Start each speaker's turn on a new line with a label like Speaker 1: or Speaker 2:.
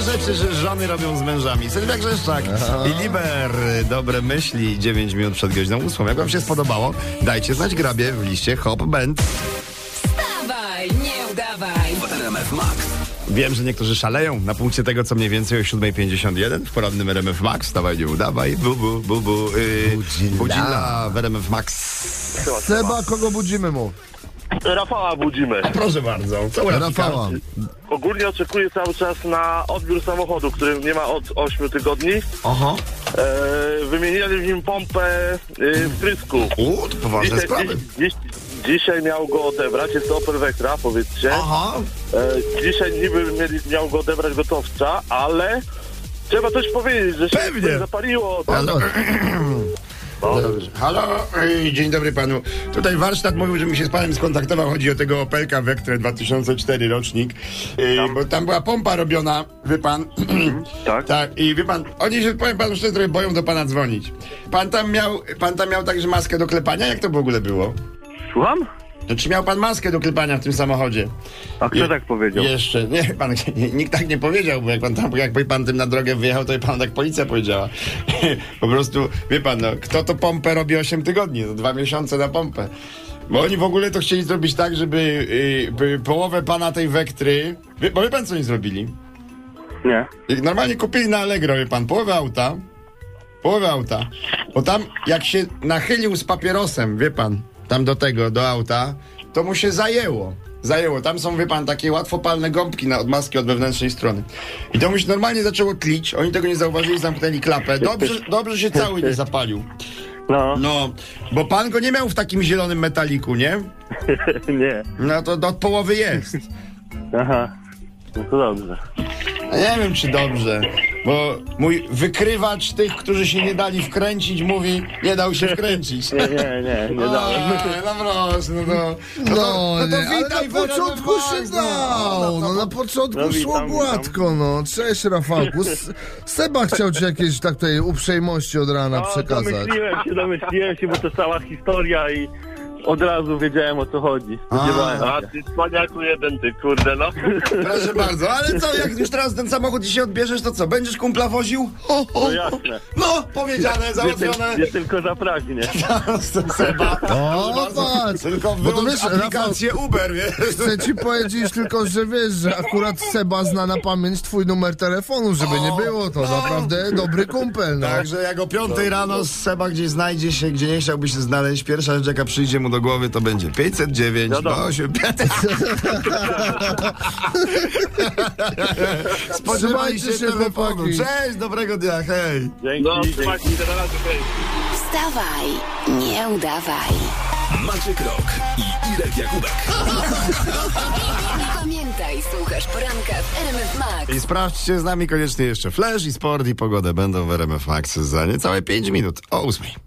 Speaker 1: rzeczy, że żony robią z mężami. Sylwia Grzeszczak tak. i Liber. Dobre myśli. 9 minut przed godziną 8. Jak wam się spodobało, dajcie znać grabie w liście Hop Band.
Speaker 2: Wstawaj, nie udawaj.
Speaker 3: RMF Max.
Speaker 1: Wiem, że niektórzy szaleją na punkcie tego, co mniej więcej o 7.51 w porannym RMF Max. Dawaj, nie udawaj. Bu, bu, bu, bu. Yy,
Speaker 4: Budzilla.
Speaker 1: budzilla w RMF Max.
Speaker 4: Seba, kogo budzimy mu?
Speaker 5: Rafała budzimy.
Speaker 1: Proszę bardzo. Co u Rafika?
Speaker 4: Rafała.
Speaker 5: Ogólnie oczekuję cały czas na odbiór samochodu, który nie ma od 8 tygodni.
Speaker 1: Oho.
Speaker 5: Eee, wymieniali w nim pompę yy, wtrysku.
Speaker 1: U, to poważne sprawy.
Speaker 5: dziś, dziś, dzisiaj miał go odebrać, jest to Opel Vectra, powiedzcie.
Speaker 1: Aha.
Speaker 5: Eee, dzisiaj niby mieli, miał go odebrać gotowca, ale trzeba coś powiedzieć, że się
Speaker 1: Pewnie.
Speaker 5: coś zapaliło. Tak,
Speaker 1: Halo. Halo, Ej, dzień dobry panu. Tutaj warsztat mówił, że mi się z panem skontaktował. Chodzi o tego Opelka Vectre 2004 rocznik, Ej, bo tam była pompa robiona, wie pan.
Speaker 5: tak.
Speaker 1: tak, i wie pan, oni się, powiem panu szczerze, trochę boją do pana dzwonić. Pan tam miał, pan tam miał także maskę do klepania? Jak to w ogóle było?
Speaker 5: Słucham?
Speaker 1: No, czy miał pan maskę do klepania w tym samochodzie?
Speaker 5: A tak
Speaker 1: Je- Jeszcze, nie, pan, nikt tak nie powiedział, bo jak pan, tam, jak pan tym na drogę wyjechał, to i pan tak policja powiedziała. po prostu, wie pan, no, kto to pompę robi 8 tygodni, to dwa miesiące na pompę. Bo oni w ogóle to chcieli zrobić tak, żeby y, by połowę pana tej wektry, wie, bo wie pan co oni zrobili?
Speaker 5: Nie.
Speaker 1: I Normalnie kupili na Allegro, wie pan, połowę auta, połowę auta, bo tam jak się nachylił z papierosem, wie pan, tam do tego, do auta, to mu się zajęło. Zajęło. Tam są, wie pan, takie łatwopalne gąbki na odmaski od wewnętrznej strony. I to mu się normalnie zaczęło tlić, oni tego nie zauważyli, zamknęli klapę. Dobrze, dobrze się cały nie zapalił.
Speaker 5: No,
Speaker 1: No, bo pan go nie miał w takim zielonym metaliku, nie?
Speaker 5: nie.
Speaker 1: No to od połowy jest.
Speaker 5: Aha. No to dobrze.
Speaker 1: No Nie wiem, czy dobrze, bo mój wykrywacz tych, którzy się nie dali wkręcić, mówi, nie dał się wkręcić.
Speaker 5: Nie, nie, nie, nie dałem.
Speaker 1: A, No proszę, no to... to-
Speaker 4: No, nie,
Speaker 1: no to
Speaker 4: ale
Speaker 1: witaj
Speaker 4: na
Speaker 1: w
Speaker 4: początku się
Speaker 1: RMF,
Speaker 4: dał, no na
Speaker 5: No,
Speaker 4: początku
Speaker 5: witam,
Speaker 4: szło
Speaker 5: witam.
Speaker 4: gładko, no. Cześć Rafałku. S- Seba chciał ci jakieś tak tej uprzejmości od rana
Speaker 5: No,
Speaker 4: przekazać.
Speaker 5: Domyśliłem się, domyśliłem się, bo to cała historia i od razu wiedziałem o co chodzi.
Speaker 1: A.
Speaker 5: A ty cwaniaku jeden, ty kurde, no.
Speaker 1: Proszę bardzo, ale co, jak już teraz ten samochód dzisiaj odbierzesz, to co, będziesz kumpla woził? Ho, ho,
Speaker 5: No jasne.
Speaker 1: No, powiedziane,
Speaker 5: Nie, tylko-
Speaker 1: załatwione.
Speaker 5: nie tylko zapragnie.
Speaker 1: Seba.
Speaker 4: O, No, patrz.
Speaker 1: Tylko
Speaker 4: Bo to
Speaker 1: wyłącz
Speaker 4: wiesz, Rafał,
Speaker 1: aplikację Uber, wiesz?
Speaker 4: chcę ci powiedzieć tylko, że wiesz, że akurat Seba zna na pamięć twój numer telefonu, żeby nie było to. Naprawdę dobry kumpel, no.
Speaker 1: Także jak o piątej rano z Seba gdzieś znajdzie się, gdzie nie chciałby się znaleźć, pierwsza rzecz jaka przyjdzie mu do głowy to będzie 509
Speaker 5: Wiadomo.
Speaker 1: 25. Spodziewajcie się,
Speaker 4: Trzymajcie się,
Speaker 1: telefonu.
Speaker 4: chłopaki.
Speaker 1: Cześć, dobrego dnia, hej.
Speaker 5: Dzięki, dzięki.
Speaker 2: Wstawaj, nie udawaj.
Speaker 3: Maciek Rok i Irek Jakubek.
Speaker 2: I pamiętaj, słuchasz poranka w RMF Max.
Speaker 1: I sprawdźcie z nami koniecznie jeszcze Flash i Sport i Pogodę będą w RMF Max za niecałe 5 minut o 8.